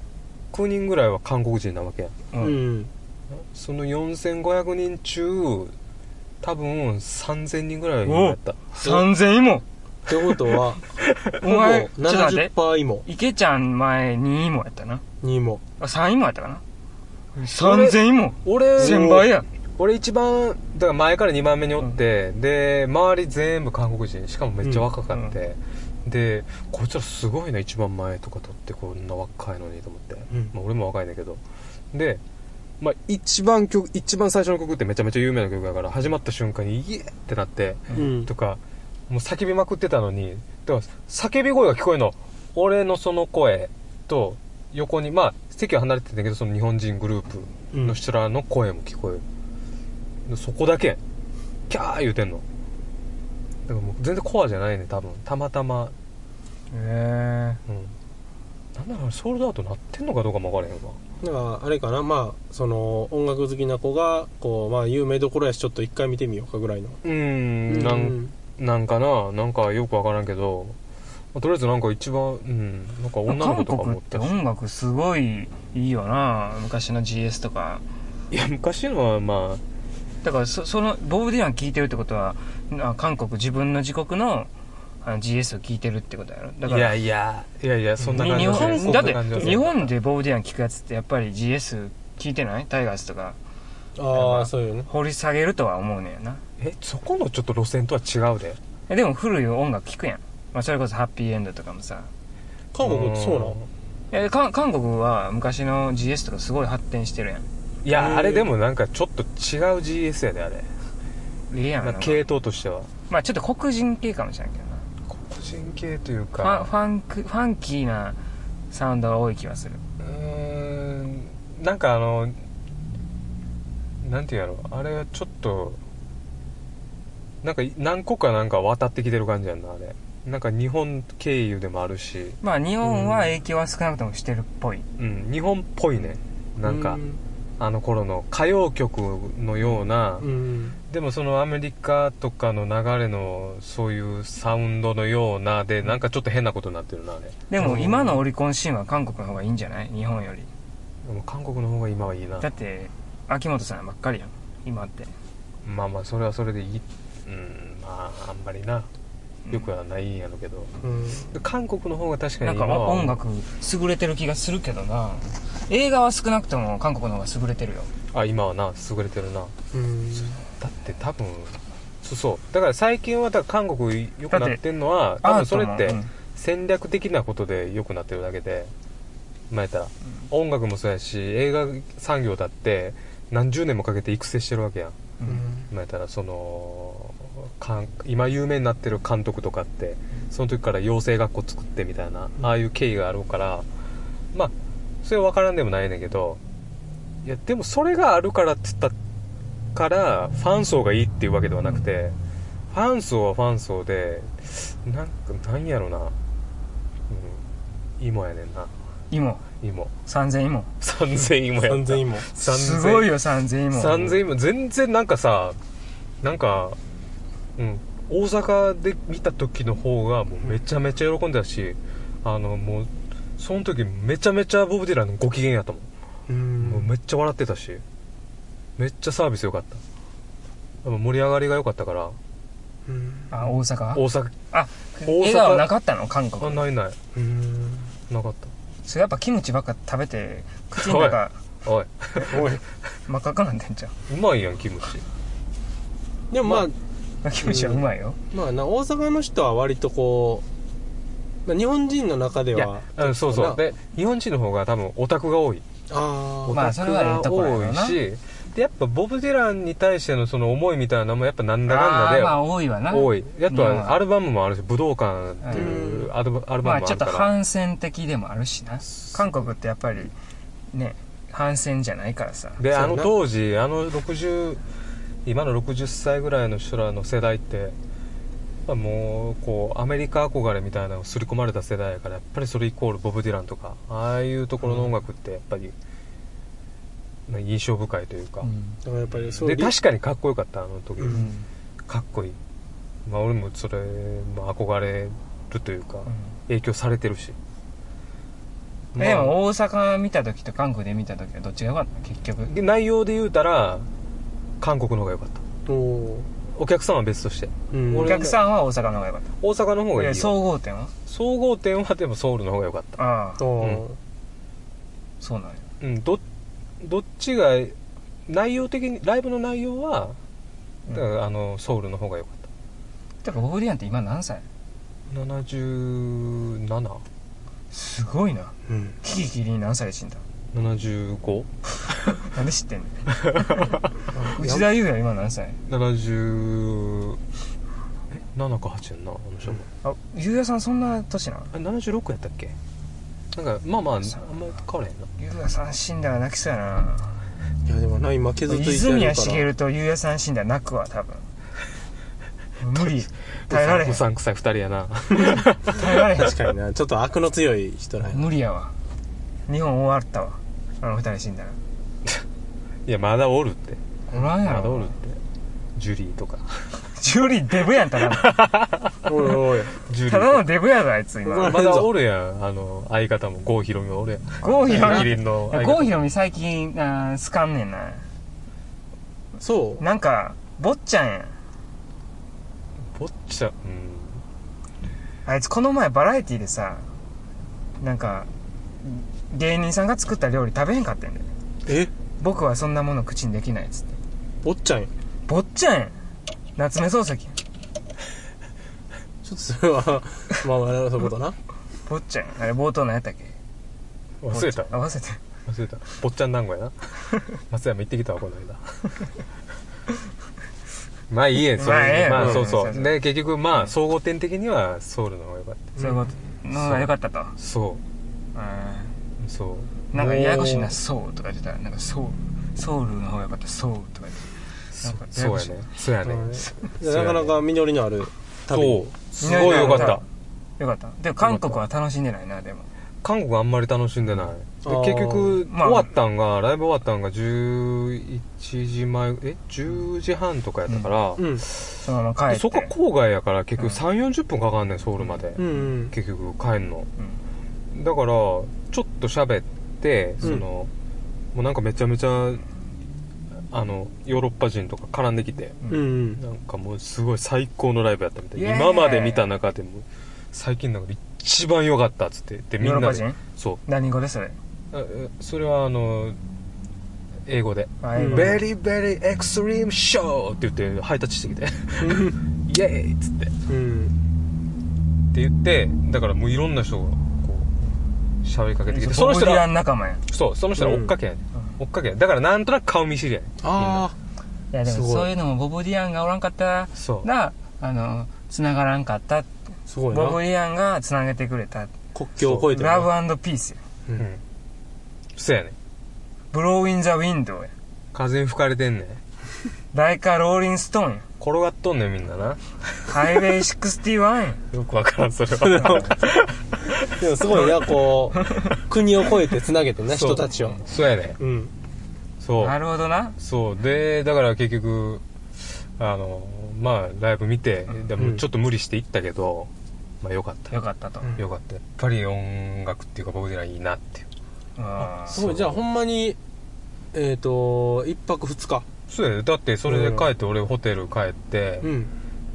人ぐらいは韓国人なわけやううんん。その4500人中多分3000人ぐらいは今やった3000位もってことは、お前ほちぼょっと待って70%芋、池ちゃん前2位もやったなにも。あ3位もやったかな3000位も俺1000倍や俺一番だから前から2番目におって、で周り全部韓国人しかもめっちゃ若かって、でこいつらすごいな一番前とか取ってこんな若いのにと思って、うんまあ、俺も若いんだけどで、まあ、一番曲一番最初の曲ってめちゃめちゃ有名な曲だから始まった瞬間にイエーってなってうんと。かもう叫びまくってたのにだから叫び声が聞こえるの俺のその声と横にまあ席は離れてたんだけどその日本人グループうんの人らの声も聞こえるそこだけキャー言うてんのだからもう全然コアじゃないね多分たまたまへうんなんだろうなソールドアウトなってんのかどうかも分からへんわだから、あれかな、まあ、その、音楽好きな子が、こう、まあ、有名どころやし、ちょっと一回見てみようかぐらいの。うーんうなんなんかななんかよく分からんけど、まあとりあえずなんか一番うんなんえか女韓の子とか国もっおってたし音楽すごいいいよな昔の GS とかいや昔のはまあだからそそのボブ・ディラン聴いてるってことはあ韓国自分の自国のあの GS を聴いてるってことやろだかいらやいやいやいやそんなに感じ日はせんそ本んだなっ感じはてせん日本でボブ・ディラン聴くやつってやっぱり GS 聴いてないタイガースとかああ、そういうね。掘り下げるとは思うねんなえそこのちょっと路線とは違うでえでも古い音楽聴くやん、まあ、それこそハッピーエンドとかもさ韓国ってそうなのえか韓国は昔の GS とかすごい発展してるやんいうんやあれでもなんかちょっと違う GS やであれリアなルんかな系統としてはまあちょっと黒人系かもしれないけどな個人系というファンかファンクファンキーなサウンドが多い気がするうーんなんかあのなんていうやろあれはちょっとなんか何個かなんか渡ってきてる感じやんなあれなんか日本経由でもあるし、まあ日本は影響は少なくともしてるっぽい、うん、日本っぽいねなんか、あの頃の歌謡曲のような、うんでもそのアメリカとかの流れのそういうサウンドのようなでなんかちょっと変なことになってるなあれでも今のオリコンシーンは韓国の方がいいんじゃない日本よりでも韓国の方が今はいいなだって秋元さんばっかりやん今ってまあまあそれはそれでいいうんまああんまりなよくはないんやろうけど、うん韓国の方が確かなにん今かは音楽優れてる気がするけどな映画は少なくとも韓国の方が優れてるよあ今はな優れてるなうんだって多分そうそうだから最近はだから韓国良くなってんのは多あ分それって戦略的なことで良くなってるだけでまあ言ったら、音楽もそうやし映画産業だって何十年もかけて育成してるわけやんまあ言ったらそのかん今有名になってる監督とかってその時から養成学校作ってみたいなうんああいう経緯があるからまあそれは分からんでもないねんけどいやでもそれがあるからっつったからファン層がいいっていうわけではなくて、ファン層はファン層でなんかなんやろな、うん、芋やねんな芋芋 3000芋3000芋やった完全にも3000すごいよ3000芋3000今全然なんかさなんか、うん、大阪で見た時の方がもうめちゃめちゃ喜んでたしあのもうその時めちゃめちゃボブ・ディランのご機嫌やったもん、うもうんめっちゃ笑ってたしめっちゃサービス良かった多分盛り上がりが良かったからうんあ大阪大阪あ阪笑顔なかったの韓あ国ないないうんなかっそれやっぱキムチばっか食べて口の中たおいおい真っ赤っかなんてんじゃうまいやんキムチでもまあん キムチはうまいよまあな大阪の人は割とこうまあ日本人の中でいやはうんそうそなうで日本人の方が多分オタクが多いあオあまあタそクれはええがところ多やろいなしでやっぱボブ・ディランに対してのその思いみたいなのもやっぱなんだあーまかあん多いわなだで多いあと日本ははアルバムもあるし武道館っていううんアルバアルまあバムもちあょっとるから反戦的でもあるしな韓国ってやっぱりね反戦じゃないからさでそうあやなの当時あの60今の60歳ぐらいの人らの世代ってやっぱもうこうアメリカ憧れみたいなのを刷り込まれた世代やからやっぱりそれイコールボブ・ディランとかああいうところの音楽ってやっぱりまあ印象深いというか、うんだからやっぱりそうでリ確かにかっこよかったあの時、うんかっこいい、まあ、俺もそれ、まあ、憧れるというか、影響されてるし、まあでも大阪見た時と韓国で見た時はどっちが良かった結局で内容で言うたら韓国の方が良かったおおお客さんは別としてうおん客さんは大阪の方が良かった大阪の方がいいでよ総合点は総合点はでもソウルの方が良かっああおうんそうなんやた、うん、どどっちが内容的にライブの内容は、だからあのソウルの方が良かっただからボブ・ディランって今何歳77すごいなうんキキキリン何歳で死んだ 75? なんで知 ってんの内田優也今何歳77か8やんなあの人も、あ優也さんそんな年なのあれ76やったっけなんかまあまああんさまり変わらへんな優也さん死んだら泣きそうやないやでもな今傷ついてるから泉谷しげると優也さん死んだら泣くわ多 分無理耐えられへんうさんくさい2人やな 耐えられへん 確かになちょっと悪の強い人らやな無理やわ日本終わったわあの二人死んだらいやまだおるっておらんやまだおろるってジュリーとかジュリーデブやんただのおいおいジュリただのーデブやぞあいつ今うわまだおるや んあの相方も郷ひろみもおるやん郷ひろキみリンの相方郷ひろみ最近あー好かんねんなそうなんか坊ちゃんやんぼっちゃんあいつこの前バラエティでさなんか芸人さんが作った料理食べへんかったんだよえ僕はそんなもの口にできないっつって坊ちゃんや坊ちゃんやん夏目漱石やんちょっとそれは まあまあそういうことな坊ちゃんやんあれ冒頭何やったっけうん忘れた坊ちゃんあ忘れた忘れたぼっちゃん団子 やな松山行ってきたわこの間 まあいいえそまあええれやまうんあそうそそうそううで結局まあ総合点的にはソウルの方が良かっそういうことの方が良かったとたそうんうそうなんかややこしいな「そう」とか言ってたらなんか「そう」「ソウルの方がよかった「そう」とか言ってなんかそうやねそうやねそうやなねかなか実りのある旅そうすごいよかったよかったでも韓国は楽しんでないなでも韓国あんまり楽しんでないあでー結局、まあ終わったんがライブ終わったんが11時前え10時半とかやったから、うんそのまま帰ってそこ郊外やから結うん局3 4 0分かかんねんソウルまで、うんうん結局帰んうのんだからちょっと喋ってその、うんもうなんかめちゃめちゃあのヨーロッパ人とか絡んできてうんうんなんかもうすごい最高のライブやったみたいイエーイ今まで見た中でも最近の中で一番良かったっつってでみんヨーロッなパで人そう何語でそれあえそれはあの英語であう英ん「語で Very very extreme show」って言ってハイタッチしてき て「イエーイ!」っつってってうん言ってだからもういろんな人がこう喋りかけてきてそのボブ人ディラらン仲間やそうその人ら追っかけやね、追っかけやだからなんとなく顔見知りやねあいやですもごいそういうのもボブ・ディランがおらんかったそうらあの繋がらんかったあすごいボブ・なディランが繋げてくれた国境を越えてラブピースやうんそうやねブロー・イン・ザ・ウィンドウや風に吹かれてんねんライカ・ローリン・ストーンや転がっとんねんみんななハイウェイ61やよくわからんそれは でもすごいなこう国を越えてつなげてなそ人うたちをそうやねうんそうなるほどなそうでだから結局あのまあライブ見て、でうもんちょっと無理して行ったけど、まあよかったよかったとんよかったやっぱり音楽っていうかボブ・ディランいいなっていうあすごそういじゃあほんまにえっと一泊二日そうやねだってそれで帰って俺ホテル帰って、うん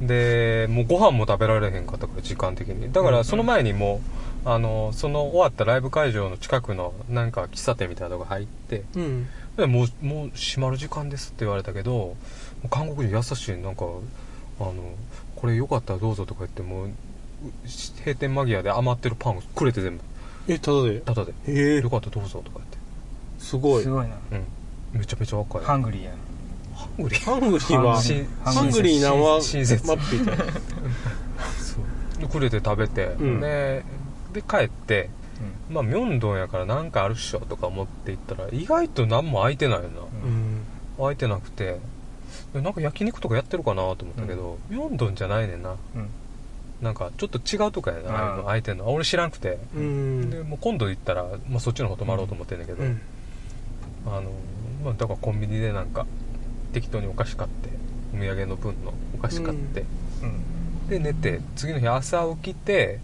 でもうご飯も食べられへんかったから時間的にだかうんうらんその前にもうあのその終わったライブ会場の近くのなんか喫茶店みたいなとこ入ってうんでもうもう閉まる時間ですって言われたけどもう韓国人優しいなんかあのこれよかったらどうぞとか言ってもううし閉店間際で余ってるパンをくれて全部えただでタダでええよかったらどうぞとかすごいすごいな言って、うん、めちゃめちゃ若いハングリーやハングリーハングリーはしハングリーなんは親切マッピーとそうでくれて食べて、うんでで帰ってまあミョンドンやからなんかあるっしょとか思って行ったら意外と何も空いてないよな、うん空いてなくてえなんか焼肉とかやってるかなと思ったけど、ミョンドンじゃないねんなうんなんかちょっと違うとかやな、ああいうの空いてんの俺知らんくて、うんでもう今度行ったら、まあ、そっちの方泊まろうと思ってんだけど、うんあのまあ、だからコンビニでなんか適当にお菓子買ってお土産の分のお菓子買って、うんで寝て次の日朝起きて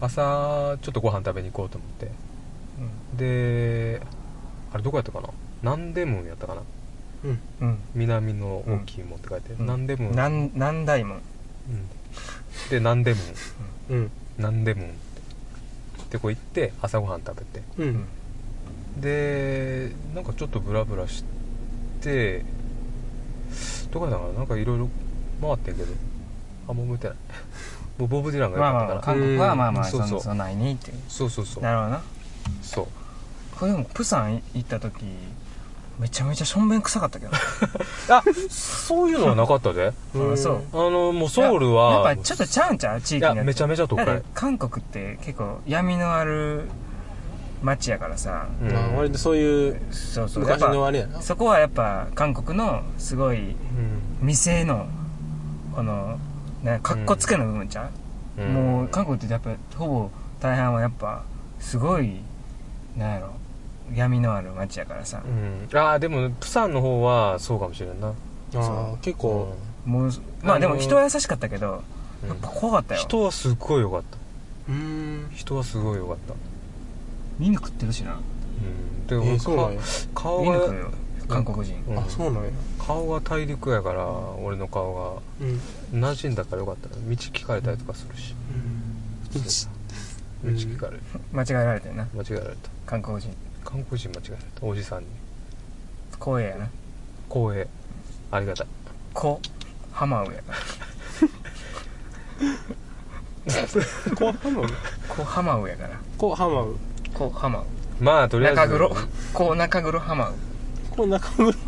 朝ちょっとご飯食べに行こうと思ってであれどこやったかな南大門やったかなうんうん南の大きい門って書いて、うん南大門なん何大門うんで南大門うん南大門ってでこう行って朝ごはん食べてうんでなんかちょっとブラブラしてどこやったかななんかいろいろ回ってんけどあもう向いてない もうボブ・ディランが良まあまかっあまあたから、韓国はまあまあうんそそうそのうそのないにっていうそうそうそうなるほどなそうこれでもプサン行った時めちゃめちゃしょんべん臭かったけどあそういうのはなかったでうんあそうあのもう ソウルはやっぱちょっとちゃうんちゃう地域いによっやてめちゃめちゃ都会だって韓国って結構闇のある街やからさ、うんまあ割とそういうそうそうやっ昔のぱあれやなそこはやっぱ韓国のすごい店のこのなんかかっこつけの部分ちゃう、んもう韓国ってやっぱほぼ大半はやっぱすごいなんやろ闇のある街やからさう、ん、ああでもプサンの方はそうかもしれんなあー結構もうまあであもの人は優しかったけど、うんやっぱ怖かったよ人はすっごい良かったうん人はすごい良かった、見に食ってるしなうん、でえ俺ーそうなんや顔見にが食うよ韓国人、うんあそうなんや顔が大陸やから俺の顔うんが馴染んだから良かったな道聞かれたりとかするしう道ん聞かれる間違えられてるな間違えられた韓国人韓国人間違えられたおじさんに光栄やな光栄ありがたいこハマウやなこうハマウこハマウやからこうハマウこハマウまあとりあえず中黒こ中黒ハマウこう中村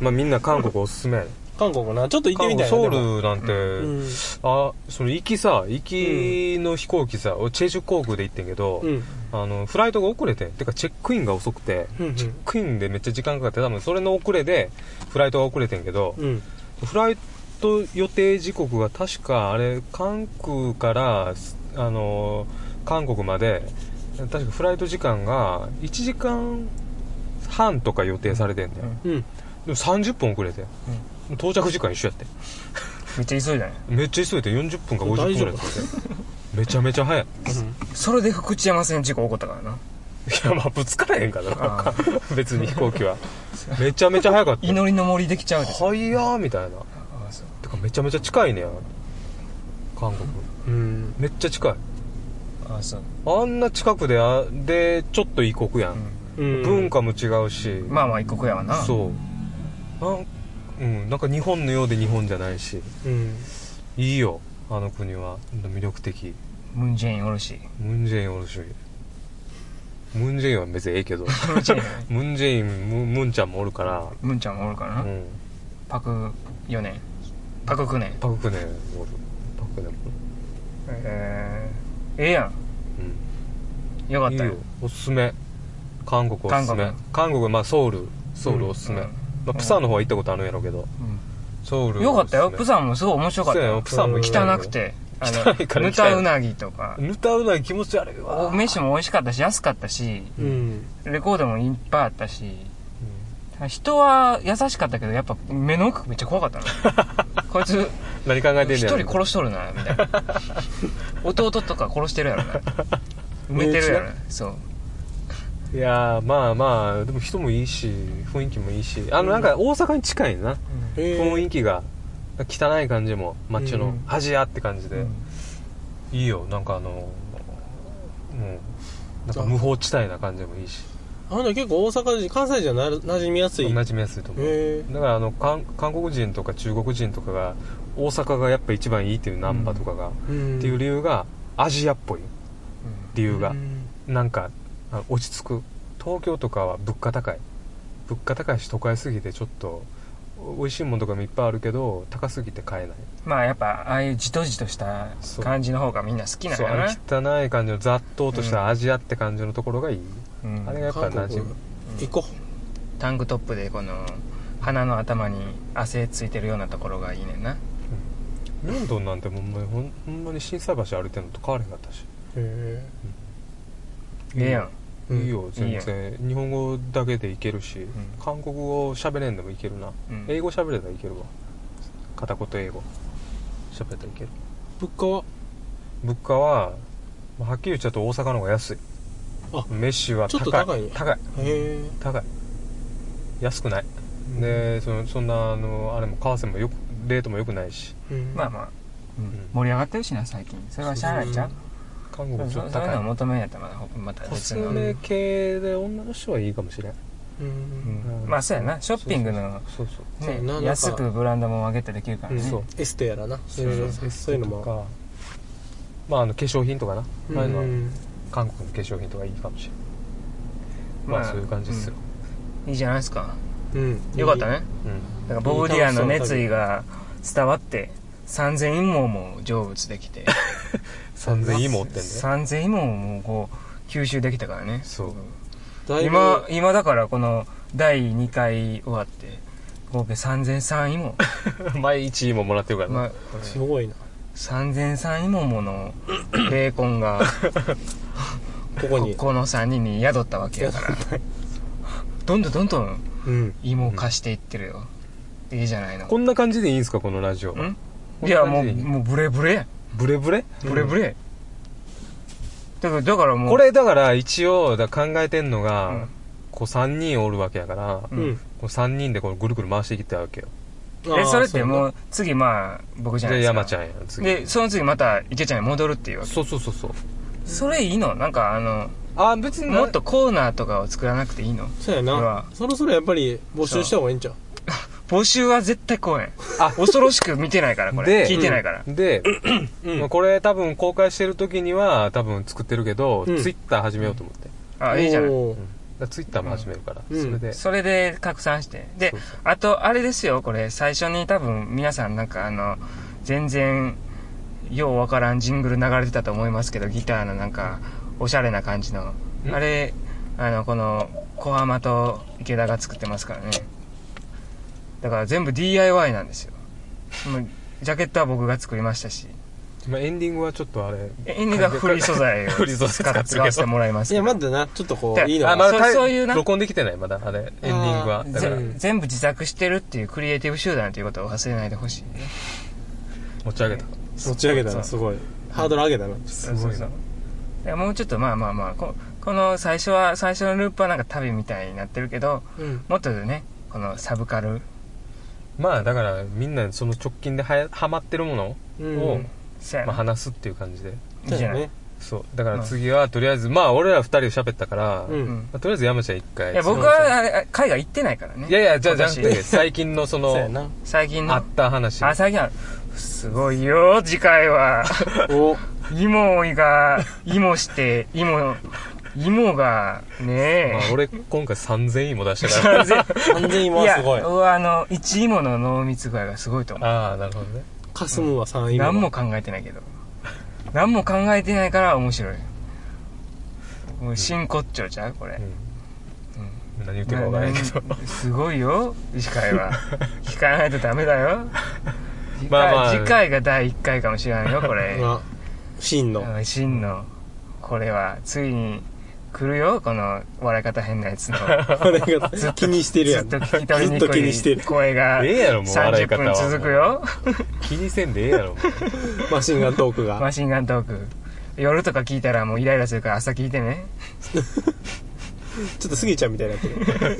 まあみんな韓国おすすめやね韓国なちょっと行って韓みた国いなソウでもルなんて、うんあその行きさ行きの飛行機さ、俺チェジュ航空で行ってんけど、うんあのフライトが遅れててかチェックインが遅くて、うんチェックインでめっちゃ時間かかって多分それの遅れでフライトが遅れてんけど、うんフライト予定時刻が確かあれ関空からあの韓国まで確かフライト時間が1時間半とか予定されてんだよ、うん。でも30分遅れて、到着時間一緒やってめっちゃ急いだねめっちゃ急いで40分か50分大ぐ丈らい夫だってめちゃめちゃ 早いそれで福知山線事故起こったからないやまあぶつからへんからなあー別に飛行機はめちゃめちゃ早かった祈りの森できちゃうで早いやーみたいなあそうてかめちゃめちゃ近いねや韓国うん。めっちゃ近いあそう、あんな近くであでちょっと異国やん、ううん。文。化も違うし、ん、まあまあ一国やわなうそうなん,、うん、なんか日本のようで日本じゃないしうん。いいよあの国は魅力的ムン・ジェインおる しムン・ジェインおるしムン・ジェインは別にえ えけどムン・ジェインムン・ジェインムムンちゃんもおるかムンちゃんもおるからな、ら、うん、パク4年パク9年パク・クネおるパク・クネも、えー、ええやんよかっうん、いいたよよおすすめ韓国おすすめ韓韓国国まあソウルソウルおすすめ、うんうんまあ、プサンの方は行ったことあるんやろうけどソウルうんよかったよおすすめプサンもすごい面白かったそうやよよプサンも行きたい汚くてあの汚いから行ぬきたいたうなぎとかぬたうなぎ気持ち悪いおわ飯も美味しかったし安かったしうん。レコードもいっぱいあったし人は優しかったけどやっぱ目の奥めっちゃ怖かった なこいつ何考えてんね一やろ人殺しとるなみたい な弟とか殺してるやろな埋めてるやろなそういやーまあまあでも人もいいし雰囲気もいいしあのなんか大阪に近いな、え雰囲気が汚い感じも街うのんアジアって感じで、いいよなんかあのうんなんか無法地帯な感じもいいしあんた結構大阪人、関西人はな馴染みやすい。馴染みやすいと思う、へーだからあの韓韓国人とか中国人とかが大阪がやっぱ一番いいっていうナンバとかが、うん。っていう理由がアジアっぽい理由が、うんなんかあ落ち着く東京とかは物価高い物価高いし都会すぎてちょっとお美味しいものとかもいっぱいあるけど高すぎて買えないまあやっぱああいうじとじとした感じの方がみんな好きなんそうやあなの汚い感じの雑踏としうんたアジアって感じのところがいい、うんあれがやっぱ韓馴国染む行こタンクトップでこの鼻の頭に汗ついてるようなところがいいねんなロンドンなんてほんまにほんほんまに心斎橋歩いてんのと変わらへんかったしう。へええやんうんいいよ全然日本語だけでいけるし、韓国語喋れんでもいけるな、うん英語喋れたらいけるわ片言英語喋れたらいける物価は物価はまあはっきり言っちゃうと大阪の方が安いあ飯は高いちょっと高いね高いへえ。高い安くない、でそのそんなあのあれも為替もよくレートも良くないしうんまあまあ、うんん盛り上がってるしな最近それはしゃあないじゃん韓そ国うちそょうっとそういう高のをい求めんやったらまだほまたコ別スの、メ系で女の人はいいかもしれんう。うんんまあそうやなショッピングのそうそうそうねそうなんか安くブランドも上げてできるからね、うんそうエステやらな。いそうろいそろうそういうのも。かまああの化粧品とかな、うんああいうのは韓国の化粧品とかいいかもしれないまあそういう感じっすよ、うんいいじゃないですかうん。よかったねうんだからボブ・ディランの熱意が伝わって3000陰謀も成仏できて3000いいもってんで3000陰謀もこう吸収できたからねそう だいぶ。今今だからこの第2回終わって合計3003イモ毎日いいもんもらってるからな、まあこれすごいな。 3003イモもの霊魂がこここに。この3人に宿ったわけやからどんどんどんどんうん。芋を貸していってるよ、いいじゃないのこんな感じでいいんすかこのラジオんこいんなやも感うじでいいもうブレブレやブレブレブレブレ、だからだからもうこれだから一応だ考えてんのが、うんこう3人おるわけやから、こんうん。う3人でこうぐるぐる回していきたわけよえそれってうもう次まあ僕じじゃゃあないですか山ちゃんや次でその次また池ちゃんに戻るっていうわけそうそうそうそうそれいいのなんかあのあ別になもっとコーナーとかを作らなくていいのそうやうなわ。そろそろやっぱり募集した方がいいんちゃう募集は絶対来へんあ恐ろしく見てないからこれで聞いてないから、で、うんまあこれ多分公開してる時には多分作ってるけど、うんツイッター始めようと思って、あいいじゃないおーツイッターも始めるから、うんそれで、それで拡散してでそうそうあとあれですよこれ最初に多分皆さんなんかあの全然ようわからんジングル流れてたと思いますけどギターのなんかおしゃれな感じのんあれあのこの小浜と池田が作ってますからねだから全部 DIY なんですよまあジャケットは僕が作りましたしまあ、エンディングはちょっとあれエンディングはフリー素材を フリー素使材使ってっるけど使わせてもらいますいけや、まどだな、ちょっとこじゃあう、いいのがあまそうだタイそういうな録音できてないまだあれエンディングはだからぜ全部自作してるっていうクリエイティブ集団ということを忘れないでほしいね持ち上げた持ち上げたそうな、すごい。ハードル上げたな。すごいなそうそうそうもうちょっとまあまあまあここの最初は最初のループはなんか旅みたいになってるけどうん。もっとねこのサブカルまあだからみんなその直近ではやハマってるものうんを、せやなまあ、話すっていう感じでいいじゃそうだない、ねそうだから次はとりあえずまあ俺ら二人で喋ったから、ううんんまあとりあえず山ちゃん一回いやそ僕うそうはあれ海外行ってないからねいやいやじゃあじゃなく今て年最近のそそうやのな。最近のあった話あ最近はすごいよ次 回はお、芋が芋して芋芋がまねあえ、俺今回3000位も出したから完全今いはやすごい。うわあの1芋の濃密具合がすごいと思うああなるほどねかすむは3位。何も。考えてないけど何も考えてないから面白いもう真骨頂ちゃうこれ、うん何言ってるか分からないけどななすごいよ次回 は聞かないとダメだよ次回,、まあまあ次回が第1回かもしれないよこ れな、真の。うん真のこれはついに来るよこの笑い方変なやつのあれ が気にしてるずやっん。と聞き取りにずっと気にしてくいる声がええやろもう笑い30方分は続くよ気にせんでええやろもうマシンガントークが。マシンガントーク夜とか聞いたらもうイライラするから朝聞いてねちょっとスギちゃんみたいになってる。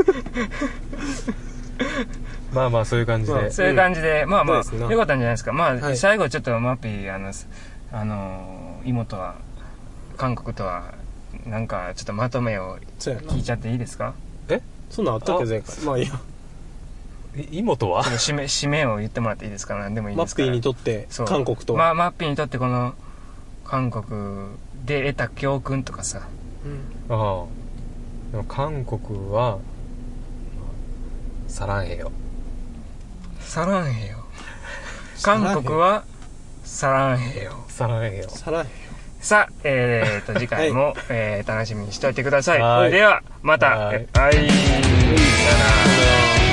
まあまあそういう感じで、まあそういう感じで、まあまあ、よそうですなかったんじゃないですか。まあ、はい最後ちょっとマッピー、あの、すあのー、妹は、韓国とは、なんか、ちょっとまとめをそうやな聞。いちゃっていいですかそんなんあったっけ、あ前回。まあいいや。い妹はちょっと 締め、締めを言ってもらっていいですか何でもいいマですッかピらーにとってそう、韓国とは。まあ、マッピーにとってこの、韓国で得た教訓とかさ、うんああでも韓国は去らんへよサランヘよ。韓国は、サランヘよ。去らんへよさらへん。さあ、えー、と、次回も、えー楽しみにしておいてください。はいでは、また、ははいい。さよなら